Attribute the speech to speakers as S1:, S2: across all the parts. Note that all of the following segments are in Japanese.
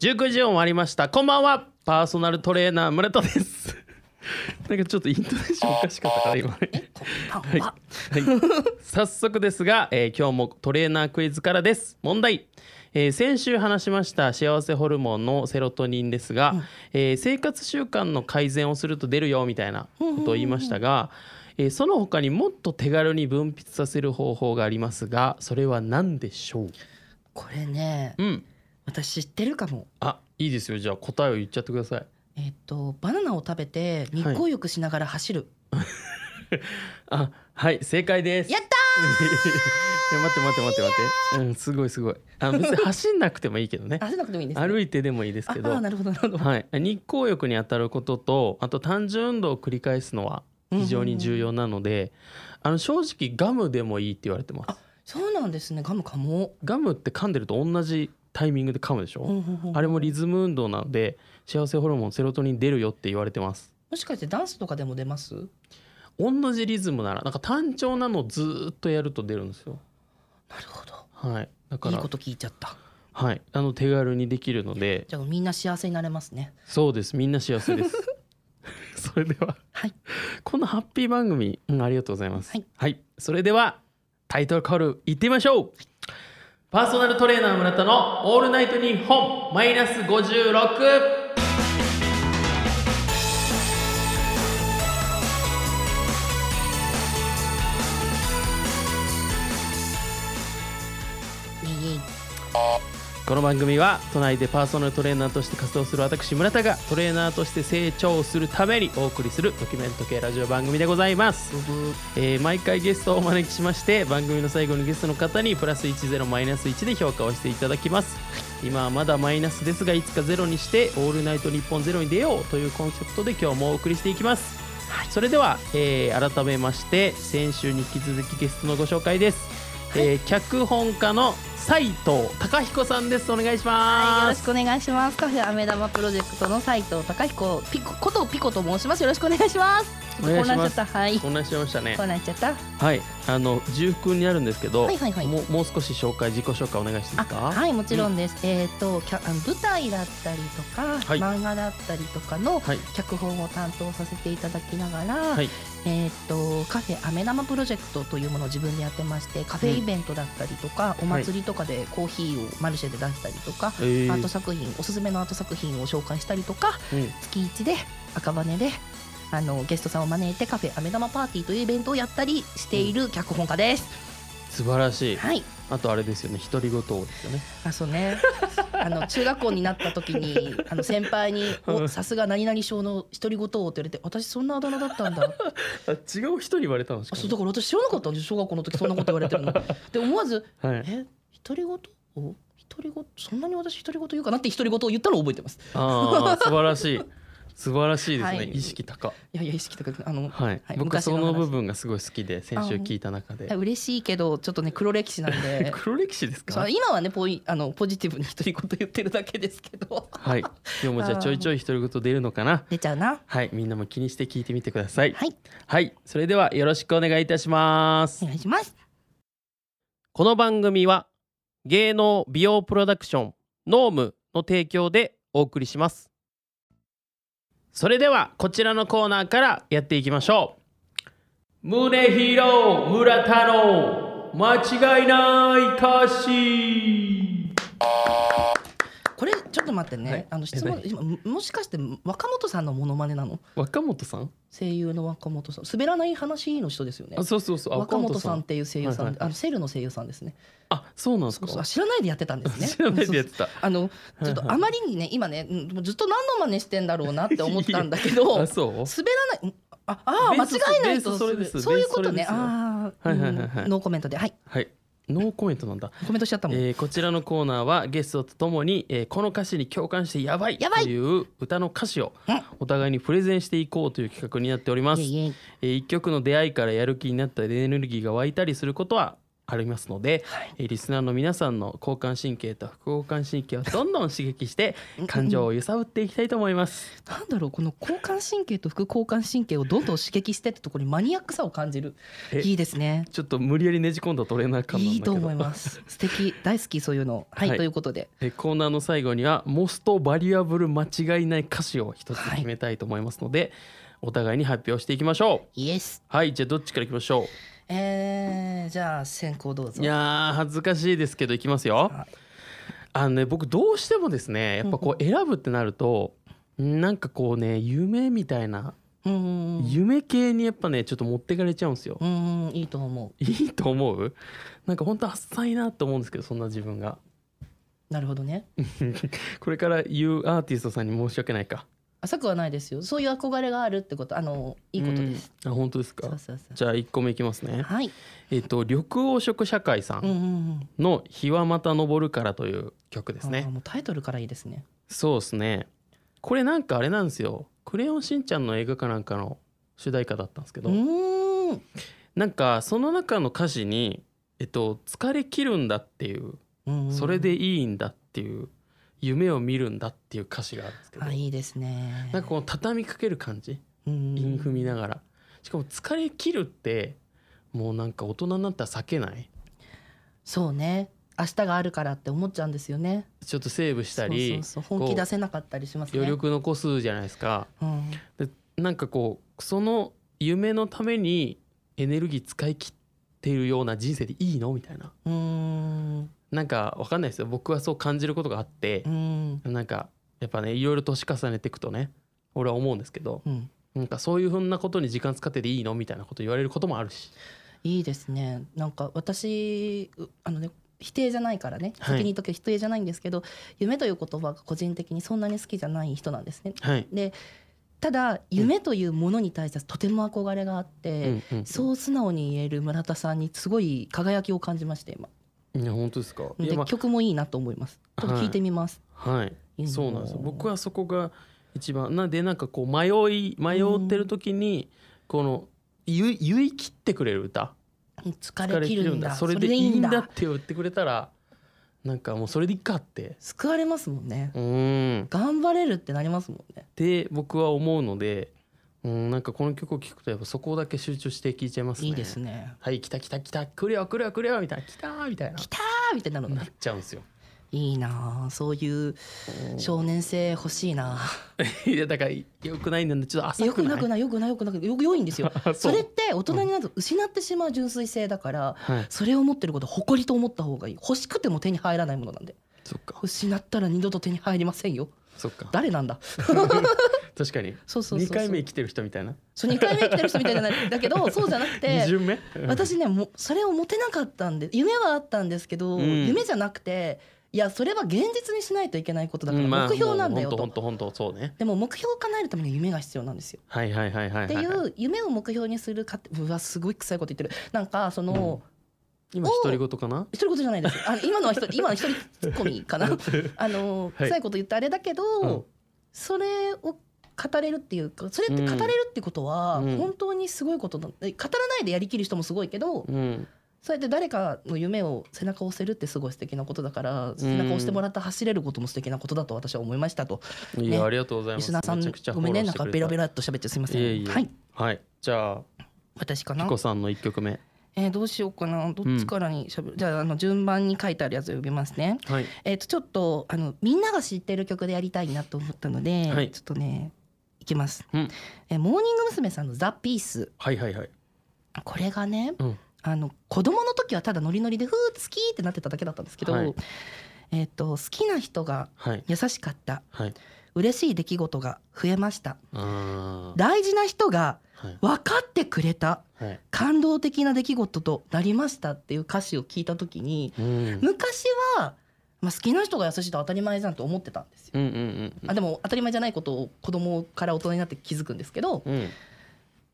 S1: 19時を回りましたこんばんはパーソナルトレーナー村田です なんかちょっとイントネーションおかしかったから今ね
S2: はい、は
S1: 早速ですが、えー今日もトレーナークイズからです問題、えー先週話しました幸せホルモンのセロトニンですが、えー生活習慣の改善をすると出るよみたいなことを言いましたが、えーその他にもっと手軽に分泌させる方法がありますがそれは何でしょう
S2: これね
S1: うん
S2: 私知ってるかも
S1: あいいですよじゃあ答えを言っちゃってください
S2: えっとバナナを食べて日光浴しながら走る、
S1: あはい正解です
S2: やっ
S1: いや待って待って待って待ってうんすごいすごいあ別に走んなくてもいいけ どね
S2: たー走らなくてもいいんですね、
S1: 歩いてでもいいですけ
S2: ああ
S1: ど
S2: ーなるほどなるほど、
S1: はい、日光浴に当たることとあと単純運動を繰り返すのは非常に重要なので、あの正直ガムでもいいって言われてます
S2: あそうなんですねガムかも、
S1: ガムって噛んでると同じタイミングで噛むでしょ、
S2: うんうんうん
S1: あれもリズム運動なので幸せホルモンセロトニン出るよって言われてます
S2: もしかしてダンスとかでも出ます
S1: 同じリズムならなんか単調なのをずーっとやると出るんですよ
S2: なるほど
S1: はいだから
S2: いいこと聞いちゃった
S1: はい、あの手軽にできるので
S2: じゃあみんな幸せになれますね
S1: そうですみんな幸せです それでは
S2: はい
S1: このハッピー番組、うんありがとうございます。は
S2: はいい、
S1: それではタイトルコールいってみましょう。パーソナルトレーナー村田のオールナイトニッポンマイナス56
S2: いいいい
S1: この番組は都内でパーソナルトレーナーとして活動する私村田がトレーナーとして成長するためにお送りするドキュメント系ラジオ番組でございます
S2: ブ。ブー
S1: えー毎回ゲストをお招きしまして番組の最後にゲストの方にプラス10マイナス1で評価をしていただきます今はまだマイナスですがいつかゼロにして「オールナイトニッポンゼロに出ようというコンセプトで今日もお送りしていきます、それでは、えー改めまして先週に引き続きゲストのご紹介です、えー脚本家の斉藤隆彦さんですお願いし
S3: はい、よ
S1: ま
S3: ろし
S1: す、
S3: くお願いします。カフェアメ玉プロジェクトの斉藤隆彦ピコことピコと申します。よろしくお願いします。
S1: お願いします
S3: こうなっちゃった。はい。こ
S1: お願いしましたね
S3: うなっちゃった。
S1: はいあの重複になるんですけど、
S3: はいはいはい
S1: もうもう少し紹介自己紹介お願いしていいですか
S3: あ、はい、もちろんです。えっ、と、きゃあの舞台だったりとか、
S1: はい
S3: 漫画だったりとかの
S1: はい
S3: 脚本を担当させていただきながら、
S1: はい
S3: えっ、とカフェアメ玉プロジェクトというものを自分でやってまして、カフェイベントだったりとか、お祭りとかでコーヒーをマルシェで出したりとか、
S1: えー
S3: アート作品おすすめのアート作品を紹介したりとか、
S1: うん
S3: 月1で赤羽であのゲストさんを招いてカフェ飴玉パーティーというイベントをやったりしている脚本家です。
S1: 素晴らしい。
S3: はい
S1: あとあれですよね、独り言をですよね。
S3: あそ うねあの中学校になった時にあの先輩に「
S1: うん
S3: おさすが何々賞の独り言を」って言われて「私そんなあだ名だったんだ」
S1: あ、違う人に言われたんです
S3: あそうだから私知らなかったんです小学校の時そんなこと言われてる の。で思わず
S1: は
S3: 「
S1: い。
S3: え独り言を独り言そんなに私独り言言うかな」って独り言を言ったのを覚えてます。
S1: ああ、素晴らしい。素晴らしいですね。
S3: はい
S1: 意識高。
S3: いやいや意識とかあ
S1: は
S3: の、
S1: い。
S3: はい
S1: 僕
S3: 昔の
S1: そ
S3: 話
S1: の部分がすごい好きで、先週聞いた中で。
S3: 嬉しいけどちょっとね黒歴史なん で
S1: 黒歴史です
S3: そ
S1: か
S3: う。今はねポイあのポジティブに独り言言ってるだけですけど
S1: はい。今日もじゃあ
S3: あー
S1: ちょいちょい独り言 出るのかな。
S3: 出ちゃうな
S1: はい、みんなも気にして聞いてみてください。
S3: はい
S1: はい、それではよろしくお願いいたします
S3: お。願いします
S1: この番組は芸能美容プロダクションノームの提供でお送りしますそれではこちらのコーナーからやっていきましょう宗広村田の間違いない歌詞
S3: これちょっと待ってね、
S1: はい
S3: あの質
S1: え
S3: 問
S1: 何
S3: 今ももしかして若本さんのモノマネなの
S1: 若本さん
S3: 声優の若本さん滑らない話の人ですよね
S1: あそうそうそうあ
S3: 若本さんっていう声優さん、
S1: はいはいはい
S3: あのセルの声優さんですね
S1: あそうなんです
S3: そ
S1: か
S3: うそうあ知らないでやってたんです ね
S1: 知らないでやってた
S3: そうそうあのちょっとあまりにね今ねうんずっと何の真似してんだろうなって思ったんだ けど
S1: あそう
S3: 滑らないんああー
S1: ベ
S3: 間
S1: ース
S3: 違いない
S1: ベー
S3: と
S1: スそれです
S3: そういうこと
S1: ベ
S3: ね
S1: ースそれですよはいは
S3: ああ、
S1: いはいはい
S3: うんノーコメントではい
S1: はいノーコメントなんだ
S3: コメントしちゃったもん、
S1: えーこちらのコーナーはゲストとともに、えーこの歌詞に共感してやばい
S3: やばい
S1: という歌の歌詞を
S3: うん
S1: お互いにプレゼンしていこうという企画になっております。
S3: いえいえ
S1: えー一曲の出会いからやる気になったりエネルギーが湧いたりすることはありますので、
S3: はい
S1: えーリスナーの皆さんの交感神経と副交感神経をどんどん刺激して感情を揺さぶっていきたいと思います。
S3: なんだろうこの交感神経と副交感神経をどんどん刺激してってところにマニアックさを感じる
S1: え
S3: いいですね
S1: ちょっと無理やりねじ込んだトレーナー感なんだ
S3: い
S1: け
S3: い
S1: ど
S3: と思 います素敵大好きそういうのはい、
S1: はい
S3: ということで
S1: えーコーナーの最後にはモストバリアブル間違いない歌詞を一つ決めたいと思いますので、お互いに発表していきましょう
S3: イエス
S1: はいじゃあどっちからいきましょ
S3: えー、じゃあ先行どう
S1: う
S3: ぞ
S1: いやー恥ずかしいですけどいきますよ
S3: はい
S1: あのね僕どうしてもですねやっぱこう選ぶってなるとなんかこうね夢みたいな
S3: うーんう
S1: 夢系にやっぱねちょっと持ってかれちゃうんですよ
S3: ーんいいと思
S1: いいと思うなんかほんと浅いなと思うんですけどそんな自分が
S3: うなるほどね
S1: これから言うアーティストさんに申し訳ないか
S3: 浅くはないですよそういう憧れがあるってことあのいいことです、
S1: うんあ本当ですか
S3: そうそうそう
S1: じゃあ1個目いきますね。
S3: はい
S1: えっと緑黄色社会さ
S3: う
S1: ん
S3: んうんうん
S1: の日はまた昇るからという曲です
S3: あー
S1: ね。
S3: もうタイトルからいいですね
S1: そうですね。これなんかあれなんですよ。クレヨンしんちゃんの映画かなんかの主題歌だったんですけ
S3: う
S1: ど、
S3: ーん
S1: なんかその中の歌詞にえっと疲れ切るんだっていう、
S3: うん
S1: それでいいんだっていう、夢を見るんだっていう歌詞があるんですけど、
S3: あいいですね
S1: なんかこの畳みかける感じ、
S3: うん
S1: 韻踏みながら、しかも疲れ切るってもうなんか大人になったら避けない。
S3: そうね明日があるからって思っちゃうんですよね
S1: ちょっとセーブしたり
S3: そうそうそう本気出せなかったりしますね
S1: 余力残すじゃないですか
S3: うん、
S1: でなんかこうその夢のためにエネルギー使い切っているような人生でいいのみたいな
S3: うーん
S1: なんかわかんないですよ僕はそう感じることがあって
S3: う、ん
S1: なんかやっぱねいろいろ年重ねていくとね俺は思うんですけど
S3: うん
S1: なんかそういうふうなことに時間使ってでいいのみたいなこと言われることもあるし
S3: いいですねなんか私うあのね否定じゃないからね
S1: はい
S3: 先に言っとくけど否定じゃないんですけど、夢という言葉が個人的にそんなに好きじゃない人なんですね
S1: はい、
S3: でただ夢というものに対してとても憧れがあって、
S1: うんうん
S3: そう素直に言える村田さんにすごい輝きを感じまして今
S1: いや本当ですかい
S3: で
S1: や、ま
S3: 曲もいいなと思いますちょっと聞いてみます、
S1: あはい
S3: いいの
S1: そうなんですよ僕はそこが一番なんでなんかこう迷い迷ってる時にこのゆ言い切ってくれる歌
S3: 疲れ切るんだ
S1: それでいいんだっ
S3: それでいいんだ
S1: て言ってくれたらなんかもうそれでいいかって
S3: 救われますもんね、
S1: うん
S3: 頑張れるってなりますもんね
S1: で僕は思うのでうんなんかこの曲を聴くとやっぱそこだけ集中して聴いちゃいますね
S3: いいですね
S1: はい来た来た来た来るよ来るよ来るよみたいな来たーみたいな
S3: 来たーみたいなの
S1: な
S3: ね
S1: っちゃうんですよ
S3: いいなあそういう少年性欲しいなあ
S1: いやだからよくないんだけどちょっと浅
S3: よく
S1: くない
S3: なくないよくないよくなくよく良いんですよ
S1: あ
S3: そうれって大人になると失ってしまう純粋性だから
S1: はい
S3: それを持ってることを誇りと思った方がいい欲しくても手に入らないものなんで
S1: そっか
S3: 失ったら二度と手に入りませんよ
S1: そっか
S3: 誰なんだ
S1: 確かに
S3: そうそうそうそう
S1: 二回目生きてる人みたいな
S3: そう二回目生きてる人みたいじゃないだけどそうじゃなくて
S1: 二巡目
S3: 私ねもうそれを持てなかったんで夢はあったんですけど、
S1: うん
S3: 夢じゃなくていやそれは現実にしないといけないことだから目標なんだよと、
S1: 本当本当そうね
S3: でも目標を叶えるためには夢が必要なんですよ。
S1: はいはいはいはい
S3: っていう夢を目標にするかってうわすごい臭いこと言ってるなんかその、
S1: 今独り言かな
S3: 一人言じゃないですあの今の は一人今の一人ツッコミかなあの、
S1: はい
S3: 臭いこと言ってあれだけど、
S1: うん
S3: それを語れるっていうかそれって語れるってことは
S1: うん
S3: 本当にすごいことな、え語らないでやりきる人もすごいけど、
S1: うん
S3: そうやって誰かの夢を背中を押せるってすごい素敵なことだから背中を押してもらって走れることも素敵なことだと私は思いましたと
S1: い
S3: ね
S1: やありがとうございま
S3: リ
S1: す
S3: スナーさ
S1: めちゃくちゃ
S3: んごめんねなんか
S1: フ
S3: ベ
S1: ォロ
S3: ラ
S1: ー
S3: ベ
S1: して
S3: ラっと喋ってすみません
S1: いえいえ
S3: はい
S1: くれたはいじゃあ
S3: 私か
S1: ピ
S3: な
S1: コさんの一曲目
S3: えーどうしようかなどっちからにしゃべる、じゃああの順番に書いてあるやつを呼びますね
S1: はい
S3: えっ、とちょっとあのみんなが知ってる曲でやりたいなと思ったので、
S1: はい
S3: ちょっとねいきます、
S1: うん
S3: えーモーニング娘。さんの「ザ・ピース
S1: はいはいはい
S3: これがね、
S1: うん
S3: あの子供の時はただノリノリで「ふー好き!」ってなってただけだったんですけど、
S1: はい
S3: えっ、と好きな人が
S1: はい
S3: 優しかった
S1: はい
S3: 嬉しい出来事が増えました
S1: あー
S3: 大事な人が
S1: はい
S3: 分かってくれた
S1: はい
S3: 感動的な出来事となりましたっていう歌詞を聞いた時に
S1: うんうん
S3: 昔は、まあ、好きな人が優しいと当たり前じゃんと思ってたんですよ
S1: うんうん
S3: あでも当たり前じゃないことを子供から大人になって気づくんですけど
S1: うん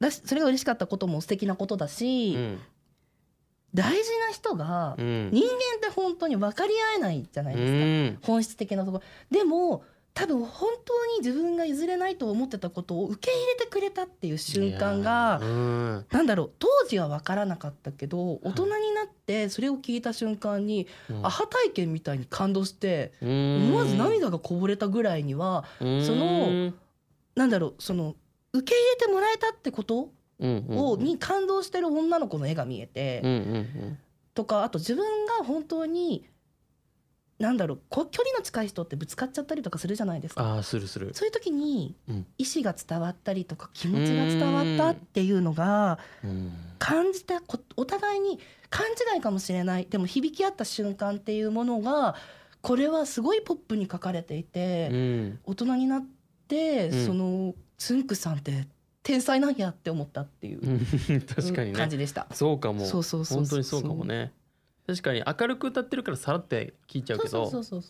S3: だしそれが嬉しかったことも素敵なことだし、
S1: うん
S3: 大事な人が
S1: うん
S3: 人間って本当に分かり合えないじゃないうです
S1: ん
S3: か、本質的なところでも多分本当に自分が譲れないと思ってたことを受け入れてくれたっていう瞬間が
S1: いやーうん
S3: なんだろう当時は分からなかったけど大人になってそれを聞いた瞬間に
S1: うん
S3: アハ体験みたいに感動して
S1: 思
S3: 思わず涙がこぼれたぐらいにはそのなんだろうその受け入れてもらえたってことをに感動してる女の子の絵が見えて
S1: うんうん
S3: とかあと自分が本当になんだろうこ距離の近い人ってぶつかっちゃったりとかするじゃないですか。
S1: ああするする
S3: そういう時に
S1: うん
S3: 意思が伝わったりとか気持ちが伝わったっていうのが
S1: うん
S3: 感じたこお互いに勘違いかもしれないでも響き合った瞬間っていうものがこれはすごいポップに書かれていて、
S1: うん
S3: 大人になって、
S1: うん
S3: そのつんくさんって天才なんやって思ったっていう
S1: うん 確かにね
S3: 感じでした。
S1: そうかも
S3: そうそうそうそう
S1: 本当にそうかもね確かに明るく歌ってるからさらって聞いちゃう
S3: そう
S1: け
S3: そうそ
S1: ど
S3: うそう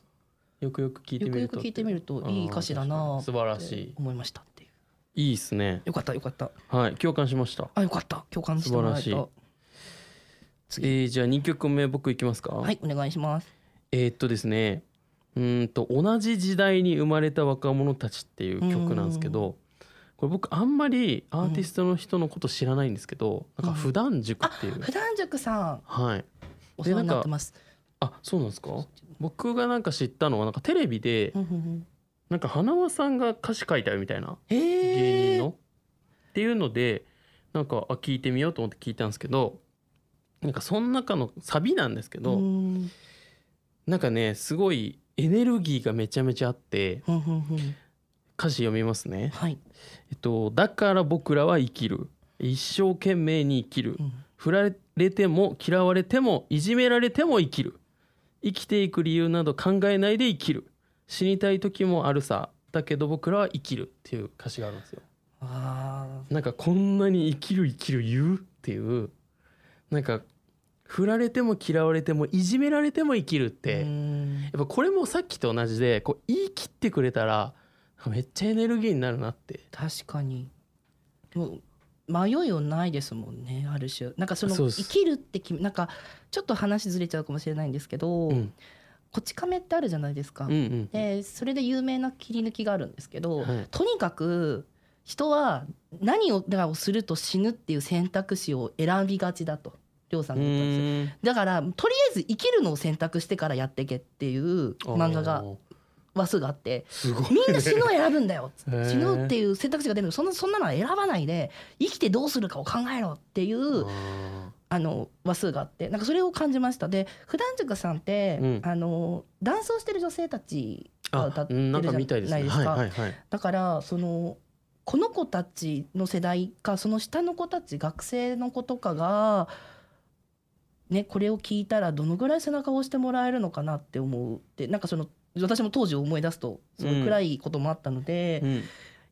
S1: よくよく聞いて
S3: よ
S1: み
S3: く
S1: る
S3: よ
S1: と
S3: く聞いてみると
S1: うん
S3: いい歌詞だな
S1: 確かに素晴ら
S3: っ
S1: して
S3: 思いましたっていう
S1: いいいですね
S3: よかったよかった
S1: はい共感しました
S3: あよかった共感してもらえ
S1: 素晴ら
S3: た
S1: しえーじゃあ2曲目僕いきますか
S3: はいお願いします
S1: えーっとですねうーんと「同じ時代に生まれた若者たち」っていう曲なんですけどこれ僕あんまりアーティストの人のこと知らないんですけど、なんか普段塾っていう、
S3: 普段塾さん
S1: はい
S3: お世話になってます
S1: あそうなんですか僕がなんか知ったのはなんかテレビで
S3: うんうんうん
S1: なんか花輪さんが歌詞書いたよみたいな芸人
S3: へえ
S1: の、っていうのでなんかあ聞いてみようと思って聞いたんですけどなんかその中のサビなんですけど、
S3: うん
S1: なんかねすごいエネルギーがめちゃめちゃあって
S3: うんうんうん
S1: 歌詞読みますね。
S3: はい、
S1: えっと、だから僕らは生きる一生懸命に生きる
S3: うん
S1: 振られても嫌われてもいじめられても生きる生きていく理由など考えないで生きる死にたい時もあるさだけど僕らは生きるっていう歌詞があるんですよ
S3: あ
S1: なんかこんなに生きる生きる言うっていうなんか振られても嫌われてもいじめられても生きるっ
S3: ー
S1: て、
S3: うん
S1: やっぱこれもさっきと同じでこう言い切ってくれたらめっちゃエネルギーになるなって
S3: 確かにでも迷いはないですもんねある種なんかその
S1: そうです
S3: 生きるってきなんかちょっと話ずれちゃうかもしれないんですけど、
S1: うん
S3: こち亀ってあるじゃないですか、
S1: うんうん
S3: でそれで有名な切り抜きがあるんですけど、
S1: はい
S3: とにかく人は何ををすると死ぬっていう選択肢を選びがちだと亮さんが言ったんですよ
S1: うん
S3: だからとりあえず生きるのを選択してからやってけっていう漫画が
S1: おー
S3: 話数があって
S1: すごい、
S3: みんな死ぬを選ぶんだよ
S1: へー
S3: 死ぬっていう選択肢が出るのそんなそんなのは選ばないで生きてどうするかを考えろっていう
S1: あ
S3: あの話数があってなんかそれを感じましたで普段塾さんって、
S1: うん
S3: あの男装してる女性たち
S1: ー
S3: が歌ってる
S1: なんかみたいですね
S3: じゃないですか
S1: はいはいはい
S3: だからそのこの子たちの世代かその下の子たち学生の子とかが、ね、これを聞いたらどのぐらい背中を押してもらえるのかなって思うってなんかその私も当時を思い出すとすごい暗いこともあったので、
S1: うん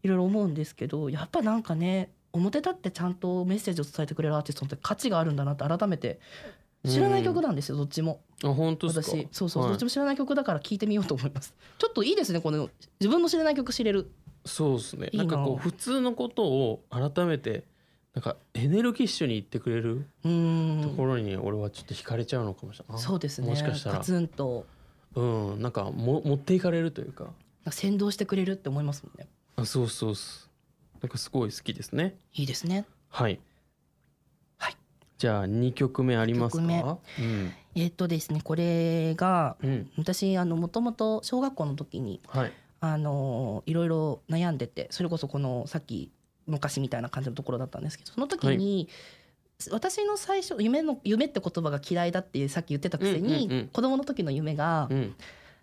S3: いろいろ思うんですけどやっぱなんかね表立ってちゃんとメッセージを伝えてくれるアーティストって価値があるんだなって改めて知らない曲なんですよ、どっちも
S1: あ本当ですか
S3: 私そうそう、
S1: はい
S3: どっちも知らない曲だから聴いてみようと思いますちょっといいですねこの自分の知らない曲知れる
S1: そうですね
S3: いい
S1: な
S3: なん
S1: かこう普通のことを改めてなんかエネルギッシュに言ってくれる
S3: うーん
S1: ところに俺はちょっと惹かれちゃうのかもしれない、
S3: そうですね。
S1: もしかしたら
S3: ガツンと
S1: うんなんかも持っていかれるというか
S3: 先導してくれるって思いますもんね。
S1: あそうそうっすなんかすごい好きですね
S3: いいですね。
S1: はい
S3: はい
S1: じゃあ二曲目ありますかう
S3: 二
S1: ん
S3: えっとですね、これが
S1: うん
S3: 私あのもともと小学校の時に
S1: はい
S3: あのいろいろ悩んでて、それこそこのさっき昔みたいな感じのところだったんですけど、その時に。私の最初夢の夢って言葉が嫌いだってさっき言ってたくせに、
S1: うんうんうん
S3: 子供の時の夢が
S1: うん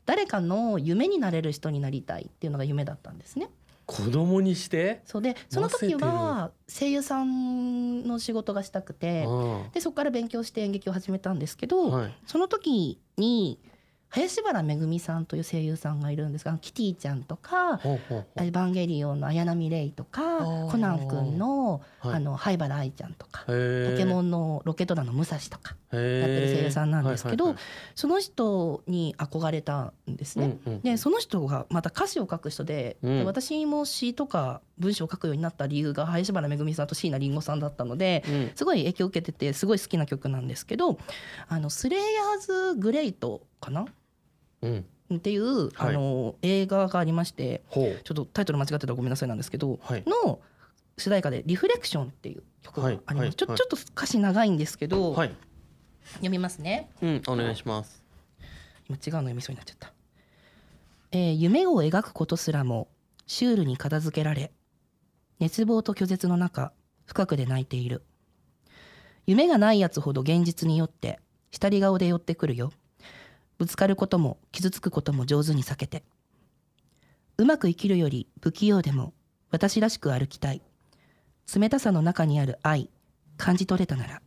S3: 誰かの夢になれる人になりたいっていうのが夢だったんですね。
S1: 子供にして
S3: そうでその時は声優さんの仕事がしたくて
S1: あ
S3: でそこから勉強して演劇を始めたんですけ
S1: あ
S3: ど、
S1: はい
S3: その時に林原めぐみさんという声優さんがいるんですがキティちゃんとか
S1: ほうほう
S3: 「エヴァンゲリオン」の綾波レイと
S1: あ
S3: か
S1: ー
S3: コナン君の
S1: ほうはい
S3: あの灰原愛ちゃんとか。ポ
S1: ポ
S3: ケモ
S1: ン
S3: ンのロケット団の武蔵とか
S1: やって
S3: やってる声優さんなんですけど
S1: はい
S3: その人に憧れたんです
S1: はいはい
S3: ね。
S1: うんうん
S3: でその人がまた歌詞を書く人で,
S1: う
S3: で、
S1: ん
S3: 私も詩とか文章を書くようになった理由が林原めぐみさんと椎名林檎さんだったので
S1: うん
S3: すごい影響を受けててすごい好きな曲なんですけど「あのスレイヤーズ・グレイト」かな
S1: うん
S3: っていう、
S1: はい
S3: あの映画がありまして
S1: ほう
S3: ちょっとタイトル間違ってたらごめんなさいなんですけど
S1: はい
S3: の主題歌で「リフレクション」っていう曲があります、
S1: はいはい
S3: ちょ
S1: はい
S3: ちょっと歌詞長いんですけど、
S1: はい
S3: 読みますね
S1: うんお願いします
S3: 今違うの読みそうになっちゃった、えー夢を描くことすらもシュールに片付けられ熱望と拒絶の中深くで泣いている夢がないやつほど現実によって下り顔で寄ってくるよぶつかることも傷つくことも上手に避けてうまく生きるより不器用でも私らしく歩きたい冷たさの中にある愛感じ取れたなら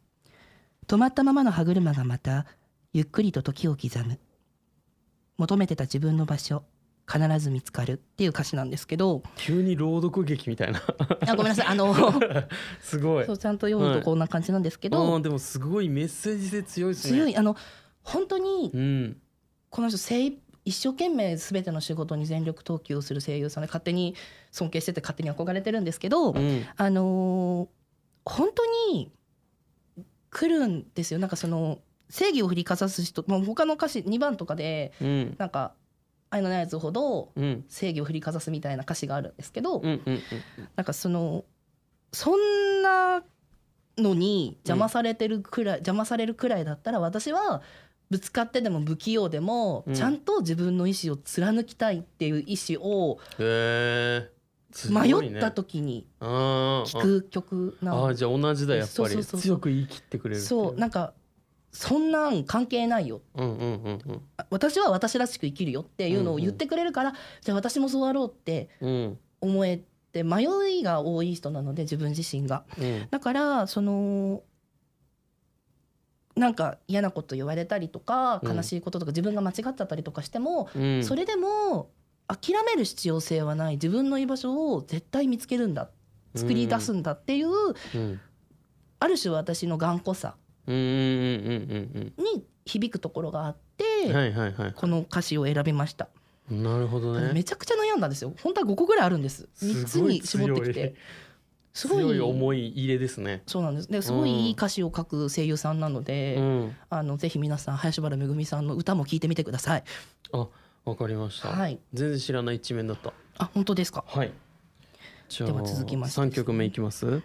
S3: 止まったままの歯車がまたゆっくりと時を刻む求めてた自分の場所必ず見つかるっていう歌詞なんですけ ど
S1: 急に朗読劇みたい な
S3: あごめんなさいあの
S1: すごい
S3: そうちゃんと読むとこんな感じなんですけ
S1: あ
S3: ど、
S1: ーでもすごいメッセージ性強いですね
S3: 強いあの本当に
S1: うん
S3: この人精一一生懸命全ての仕事に全力投球をする声優さんで勝手に尊敬してて勝手に憧れてるんですけど、
S1: うん
S3: あのー本当に来るんですよなんかその正義を振りかざす人もう他の歌詞2番とかで
S1: うん
S3: なんか愛のないやつほど
S1: うん
S3: 正義を振りかざすみたいな歌詞があるんですけど、
S1: うんうんうん
S3: なんかそのそんなのに邪魔されてるくらい、邪魔されるくらいだったら私はぶつかってでも不器用でも、
S1: うん
S3: ちゃんと自分の意思を貫きたいっていう意思を
S1: へえ
S3: 迷った時に
S1: 聞
S3: 聞く曲な
S1: あ
S3: の、
S1: ーじゃあ同じだやっ
S3: そう
S1: ぱ
S3: そう
S1: り
S3: そうそう
S1: 強く言い切ってくれるってい
S3: そうなんかそんなん関係ないよ
S1: うんうんうん
S3: あ私は私らしく生きるよっていうのを言ってくれるから、じゃあ私もそうあろうって
S1: うんうん
S3: 思えて迷いが多い人なので自分自身が。
S1: うん
S3: だからそのなんか嫌なこと言われたりとか
S1: うん
S3: 悲しいこととか自分が間違っちゃったりとかしても、
S1: うん
S3: それでも諦める必要性はない自分の居場所を絶対見つけるんだ作り出すんだっていう、
S1: うんうん
S3: ある種私の頑固さ
S1: うんうんうん
S3: に響くところがあって、
S1: うんうんはいはいはい
S3: この歌詞を選びました、
S1: なるほどね
S3: めちゃくちゃ悩んだんですよ本当は5個ぐらいあるんです3つに絞ってきてす
S1: す
S3: ご
S1: ご
S3: い
S1: い強い思い入れですね
S3: そうなんですですごいいい歌詞を書く声優さんなので、
S1: うん
S3: あのぜひ皆さん林原めぐみさんの歌も聞いてみてください。
S1: わかりました
S3: はい。
S1: 全然知らない一面だった
S3: あ本当ですか。
S1: はい。じゃあ
S3: では続きまして
S1: 3曲目いきます。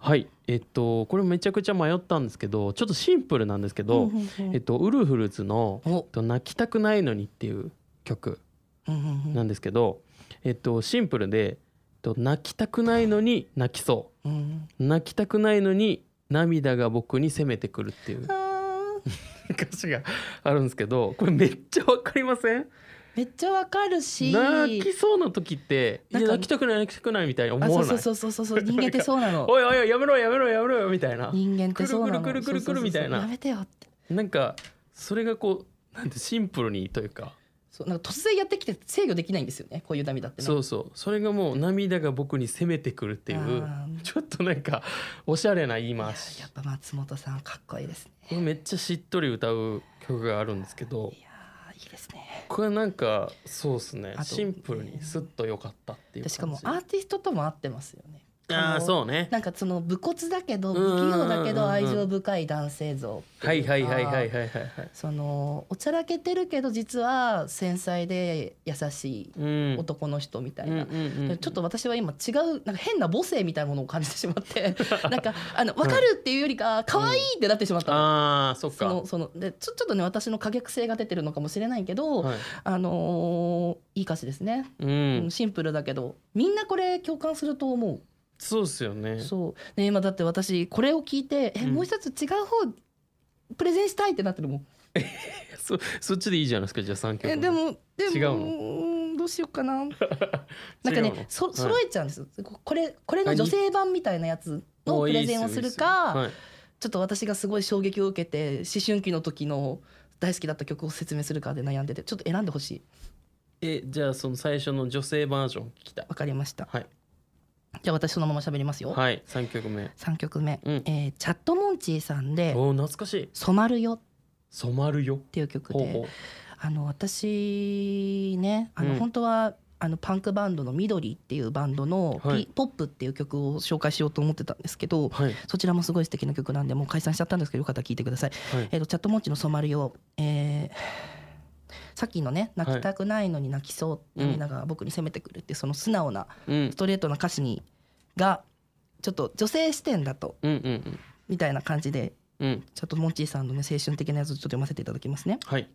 S3: はい。
S1: えっとこれめちゃくちゃ迷ったんですけど、ちょっとシンプルなんですけど、
S3: んうん
S1: えっとウルフルズの
S3: うん、お
S1: えっ、と泣きたくないのにっていう曲
S3: うんうんう
S1: なんんですけど、えっとシンプルで、えっと泣きたくないのに泣きそ
S3: うん。
S1: う、泣きたくないのに涙が僕に攻めてくるっていう
S3: あー
S1: 歌詞があるんですけど、これめっちゃわかりません？
S3: めっちゃわかるし。
S1: 泣きそうな時って、いや
S3: なんか
S1: 泣きたくない泣きたくないみたいに思
S3: あ
S1: わ
S3: そ
S1: な
S3: う
S1: い。
S3: そうそうそうそうそう人間ってそうなの。
S1: おいおいおいやめろやめろやめろよみたいな
S3: 人間ってそうなの。
S1: くるくるくるくるくるみたいな
S3: そうそうそうやめてよって。
S1: なんかそれがこうなんてシンプルにというか
S3: そうなんか突然やってきて制御できないんですよね。こういう涙ってね。
S1: そううそうそれがもう涙が僕に攻めてくるっていうちょっとなんかおしゃれな言い
S3: や
S1: 回し
S3: やっぱ松本さんかっこいいですね。
S1: これめっちゃしっとり歌う曲があるんですけど
S3: いやーいいですね。
S1: これなんかそうですね
S3: あと
S1: シンプルにスッと良かったっていう感
S3: で
S1: じ
S3: しかもアーティストとも合ってますよね。
S1: あ
S3: あ
S1: ー
S3: の
S1: そうね
S3: なんかその武骨だけ
S1: うん
S3: ど不
S1: うんうんうん
S3: 器用だけど愛情深い男性像って
S1: はい
S3: いうか
S1: はいはいはいはいはいはい
S3: そのおちゃらけてるけど実は繊細で優し
S1: うん
S3: い男の人みたい
S1: うん
S3: な。
S1: うんうん
S3: ちょっと私は今違うなんか変な母性みたいなものを感じてしまって なんかあの分かるっていうよりか可愛いってなってしまったの、
S1: ああそっ
S3: そ
S1: か
S3: のそのでちょちょっとね私の可逆性が出てるのかもしれないけど、
S1: はい
S3: あのーいい歌詞ですね、
S1: う
S3: うん
S1: ん
S3: シンプルだけどみんなこれ共感すると思う
S1: そうっすよね
S3: そうね今だって私これを聞いてえ、
S1: うん
S3: もう一つ違う方プレゼンしたいってなってるもん
S1: そそっちでいいじゃないですかじゃあ3曲
S3: えでもでも
S1: 違うの
S3: うんどうしよう かななんか
S1: 違うの
S3: ねそ
S1: い
S3: 揃えちゃうんです、ここれこれの
S1: あ
S3: 女性版みたいなやつの
S1: お
S3: プ
S1: いい
S3: レ
S1: っ
S3: ゼンを
S1: よ
S3: す
S1: いい
S3: る
S1: っ
S3: か
S1: よはい
S3: ちょっと私がすごい衝撃を受けて思春期の時の大好きだった曲を説明するかで悩んでてちょっと選んでほしい
S1: えじゃあその最初の女性バージョン聞きたい
S3: わかりました
S1: はい
S3: じゃあ私そのまま喋りますよ、
S1: はい3曲目
S3: 3曲目、
S1: うん
S3: えーチャットモンチーさんで
S1: おー懐かしい
S3: 「染まるよ」っ
S1: 染まるよ
S3: ていう曲で
S1: ほうほ
S3: あの私ねあの、
S1: うん
S3: 本当はあのパンクバンドの「緑」っていうバンドのピ、
S1: はい
S3: ポップ」っていう曲を紹介しようと思ってたんですけど
S1: うはい
S3: そちらもすごい素敵な曲なんでもう解散しちゃったんですけどよかったら聴いてください。
S1: はい
S3: えー、とチャットモンチの「染まるよ」えーさっきのね「泣きたくないのに泣きそう」
S1: うん
S3: 涙が僕に攻めてくるってその素直な
S1: うん
S3: ストレートな歌詞にがちょっと女性視点だと
S1: うんうん
S3: みたいな感じで
S1: うんうん
S3: ちょっとモンチーさんのね青春的なやつをちょっと読ませていただきますね
S1: はい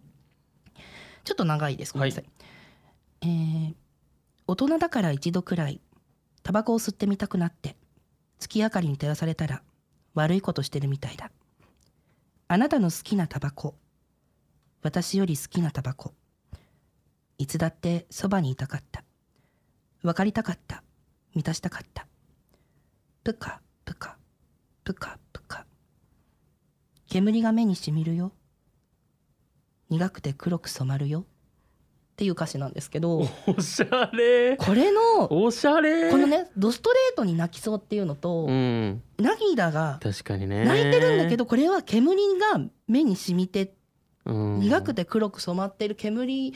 S3: ちょっと長いですごめんなさい、えー大人だから一度くらいタバコを吸ってみたくなって月明かりに照らされたら悪いことしてるみたいだあなたの好きなタバコ私より好きなタバコいつだってそばにいたかった分かりたかった満たしたかったぷかぷかぷかぷか煙が目にしみるよ苦くて黒く染まるよっていう歌詞なんですけど
S1: おしゃれ
S3: これのこ
S1: おしゃれ
S3: のねドストレートに泣きそうっていうのと
S1: うん
S3: 涙が
S1: 確かにね
S3: 泣いてるんだけどこれは煙が目に染みて
S1: うん
S3: 苦くて黒く染まってる煙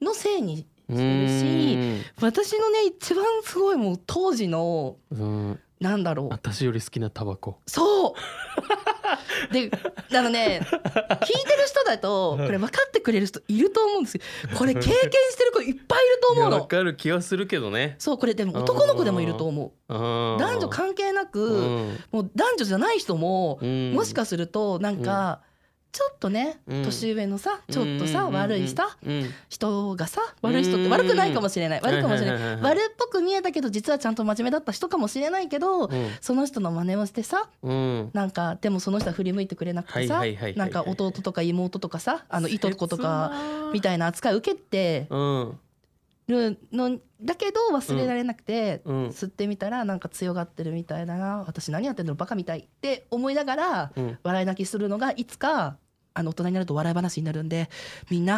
S3: のせいに
S1: して
S3: るし私のね一番すごいもう当時の
S1: うん
S3: なんだろう
S1: 私より好きなタバコ
S3: そうであのね聞いてる人だとこれ分かってくれる人いると思うんですけ どこれ経験してる子いっぱいいると思
S1: い
S3: う
S1: やわ
S3: の
S1: かる気はするけどね
S3: そうこれでも男の子でもいると思う
S1: 男
S3: 男女関係な
S1: う
S3: く
S1: ん
S3: もう男女じゃない人も
S1: うん
S3: もしかするとなんかちょっとね
S1: うん
S3: 年上のさちょっと
S1: うん
S3: さ
S1: うんうんうん
S3: 悪いさ
S1: うん
S3: 人がさ悪い人っ
S1: う
S3: て
S1: ん
S3: 悪くないかもしれない悪いかもしれない
S1: はいはいはいはい
S3: 悪っぽく見えたけど実はちゃんと真面目だった人かもしれないけどその人の真似をしてさ
S1: うんうん
S3: なんかでもその人は振り向いてくれなくてさ
S1: はいはいはいはい
S3: なんか弟とか妹とかさあのいとことかみ
S1: た
S3: たいな扱い受けて
S1: うん
S3: るのだけど忘れられなくて
S1: うん
S3: 吸ってみたらなんか強がってるみたいだな私何やってんのバカみたいって思いながら
S1: うん
S3: 笑い泣きするのがいつかあの大人になると笑い話になるんでみんな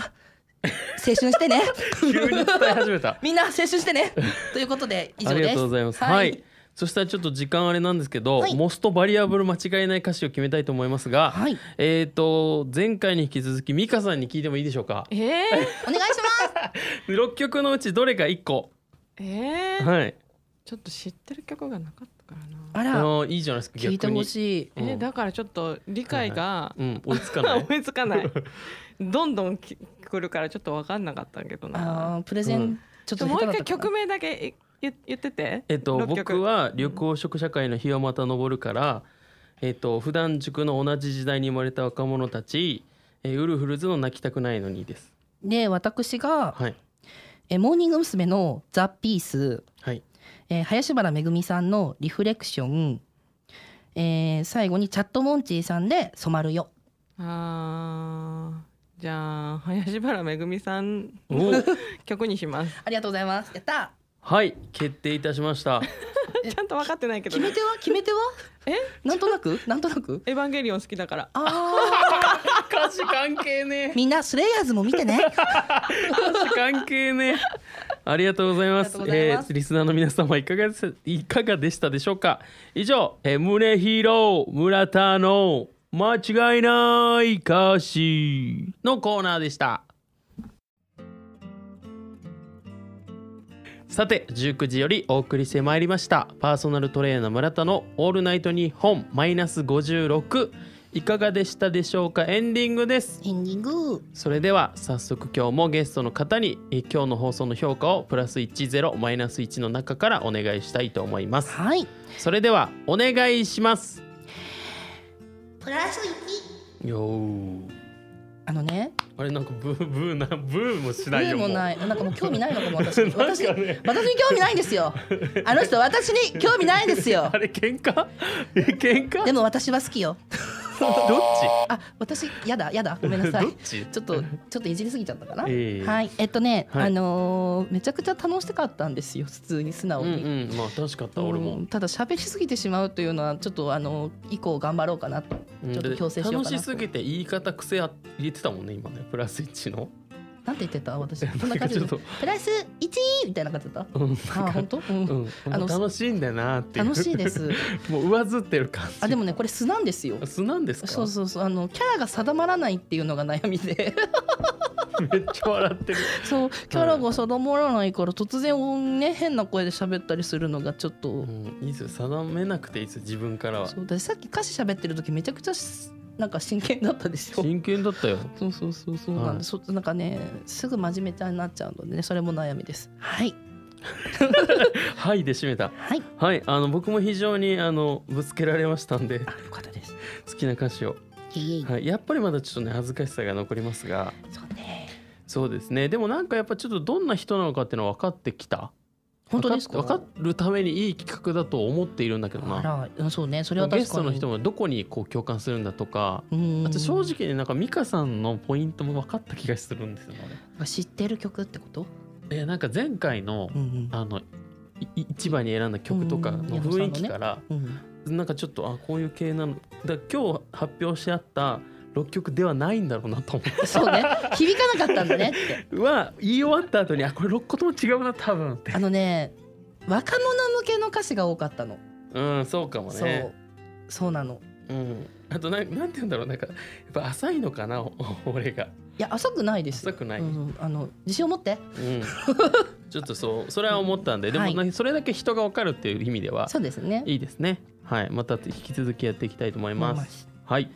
S3: 青春してね
S1: 急に伝え始めた
S3: みんな青春してねということで以上
S1: あ
S3: です
S1: りがとうございますはい、
S3: はい
S1: そしたらちょっと時間あれなんですけど、
S3: はい
S1: モストバリアブル間違いない歌詞を決めたいと思いますが、
S3: はい
S1: えっ、と前回に引き続きミカさんに聞いてもいいでしょうか
S4: えー、
S3: お願いします
S1: 6曲のうちどれか一個
S4: えー、
S1: はい
S4: ちょっと知ってる曲がなかったからな
S3: あ
S1: あ
S3: ら
S1: のいいじゃないですか逆
S3: 聞
S1: に
S3: いてほしい
S4: え
S1: うん
S4: ー、だからちょっと理解が
S1: うん追いつかない
S4: 追いつかないどんどんき来るからちょっと分かんなかったけどな
S3: あープレゼ
S1: うん
S3: ンちょっ
S4: ち
S3: と
S4: ょも
S3: 下
S4: う
S3: 手だ
S4: 一
S3: った
S4: 回
S3: かな
S4: 曲名だけ言言ってて
S1: えっと
S4: 六曲
S1: 僕は緑黄色社会の日はまた昇るから、えっと普段塾の同じ時代に生まれた若者たち、えーウルフルズの泣きたくないのにです。
S3: で私が
S1: はい
S3: えモーニング娘。の「ザ・ピース
S1: はい。
S3: えー林原めぐみさんの「リフレクション」えー最後にチャットモンチーさんで「染まるよ
S4: あーじゃあ林原めぐみさん
S1: お
S4: の曲にします」
S3: ありがとうございますやった
S1: はい決定いたしました。
S4: ちゃんと分かってないけど
S3: 決
S4: ね
S3: め手は決め手は
S4: え
S3: なんとなくなんとなく
S4: エヴァンゲリオン好きだから
S3: あ
S1: 歌詞関係ね
S3: ー。みんなスレイヤーズも見てね
S1: 歌詞 関係ね。ありがとうございます。
S3: ありがとうございます
S1: えーリスナーの皆様いかがですいかがでしたでしょうか。以上、えー、胸ヒーロー村田の間違いない歌詞のコーナーでした。さて19時よりお送りしてまいりましたパーソナルトレーナーの村田の「オールナイトニッポンマイナス56」いかがでしたでしょうかエンディングです
S3: エンディング
S1: それでは早速今日もゲストの方にえ今日の放送の評価をプラス10マイナス1の中からお願いしたいと思います
S3: はい
S1: それではお願いします
S3: プラス1
S1: よー
S3: あのね
S1: あれなんかブーブーなブーもし
S3: ブ
S1: ない
S3: ー
S1: よ
S3: もないいなんかもう興味ないのか も私
S1: なんかね
S3: 私私に興味ないんですよあの人私に興味ないんです よ
S1: あれ喧嘩え喧嘩
S3: でも私は好きよ
S1: どっ
S3: あ私やだやだごめんな
S1: ち
S3: さ
S1: ど
S3: い
S1: っち
S3: ちょっとちょっといじりすぎちゃったかな。
S1: ええ
S3: はい、えっとね、
S1: はい
S3: あのーめちゃくちゃ楽しかったんですよ。普通に素直
S1: う
S3: に。
S1: んうんまあ楽しかった俺
S3: う
S1: も
S3: んただ喋りすぎてしまうというのはちょっとあの以降頑張ろうかなと
S1: うん
S3: ちょっと強制しようかな
S1: 楽しすぎて言い方癖あ入れてたもんね今ねプラス1の
S3: なんて言って た私こんな感じ
S1: ちょ
S3: で
S1: っと
S3: プラス一みたいな感じだっ
S1: うん
S3: たあ本当、うん
S1: うん
S3: あの
S1: 楽しいんだなっていう
S3: 楽しいです
S1: もう上ずってる感じ
S3: あでもねこれ素なんですよ
S1: 素なんですか
S3: そうそうそうあのキャラが定まらないっていうのが悩みで
S1: めっちゃ笑 ってる
S3: そうキャラが定まらないから突然ね変な声で喋ったりするのがちょっと、
S1: うんいいですよ定めなくていいですよ自分からは
S3: そうだしさっき歌詞喋ってる時めちゃくちゃなんか真剣だったでしょ
S1: 真剣だったよ
S3: そうそうそうそうなんです、そなんかねすぐ真面目ちゃんになっちゃうのでねそれも悩みですはい
S1: はいで締めた
S3: はい
S1: はいあの僕も非常にあのぶつけられましたんで
S3: あよかったです
S1: 好きな歌詞を、
S3: いえいえ
S1: はい、やっぱりまだちょっとね恥ずかしさが残りますが
S3: そうね
S1: そうですねでもなんかやっぱちょっとどんな人なのかっていうのは分かってきた
S3: 本当ですか
S1: 分か分かるためにいい企画だと思っているんだけど
S3: あ
S1: な
S3: らうんそうねそれは確かに
S1: ゲストの人もどこにこう共感するんだとか
S3: うん
S1: あと正直ねなんか美香さんのポイントも分かった気がするんですよね。
S3: 知ってる曲ってこと
S1: えなんか前回の
S3: うん
S1: あのいい一番に選んだ曲とか
S3: うん
S1: の雰囲気から、
S3: うんうん
S1: なんかちょっとあこういう系なのだから今日発表し合った6曲ではないんだろうなと思っ
S3: そうね響かなかったんだねって
S1: ては言い終わった後にあこれ6個とも違うな多分って
S3: あのね若者向けの歌詞が多かったの、
S1: うんそうかも
S3: そ
S1: ね
S3: うそうなの
S1: う、ん、あとなんなんて言うんだろうなんかやっぱ浅いのかなお俺が、
S3: いや浅くないですよ
S1: 浅くない
S3: うんあの自信を持って
S1: うん、ちょっとそうそれは思ったんででも
S3: はい
S1: なそれだけ人が分かるっていう意味では
S3: そうですね
S1: いいですね。はい、また引き続きやっていきたいと思い
S3: 思
S1: ま。
S3: います
S1: はい、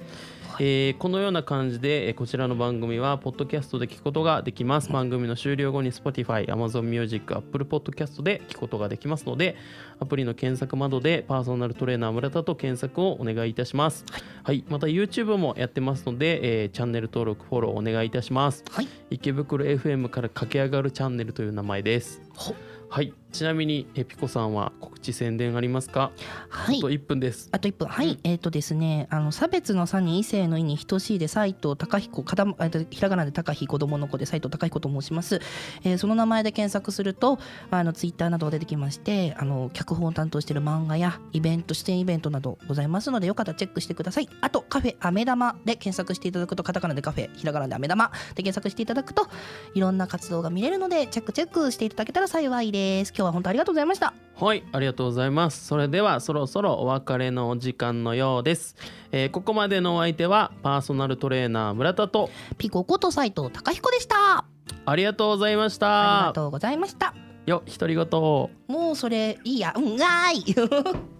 S1: えーこのような感じで、えーこちらの番組はポッドキャストで聞くことができます。番組の終了後に Spotify、Amazon Music、Apple Podcast で聞くことができますので、アプリの検索窓でパーソナルトレーナー村田と検索をお願いいたします。はい、また YouTube もやってますので、えーチャンネル登録フォローお願いいたします。
S3: はい
S1: 池袋 FM から駆け上がるチャンネルという名前です。
S3: ほ
S1: はい、ちなみにえピコさんは告知宣伝ありますか？
S5: は
S1: あ
S5: い
S1: と1分です。
S5: あと1分はい、えっ、とですねあの差別の差に異性の異に等しいで斉藤隆彦かたあえっとひらがなで高彦子供の子で斉藤隆彦と申します、えーその名前で検索するとあのツイッターなど出てきましてあの脚本を担当している漫画やイベント出演イベントなどございますのでよかったらチェックしてくださいあとカフェあめ玉で検索していただくとカタカナでカフェひらがなであめ玉で検索していただくといろんな活動が見れるのでチェックチェックしていただけたら幸いです今日は本当ありがとうございました
S1: はい、ありがとうございます。それではそろそろお別れのお時間のようです。えーここまでのお相手はパーソナルトレーナー村田と
S5: ピコこと斉藤隆彦でした
S1: ありがとうございまし
S5: ありが
S1: た。
S5: とうございました
S1: よ、独り言を。
S5: もうそれいいやうんあーい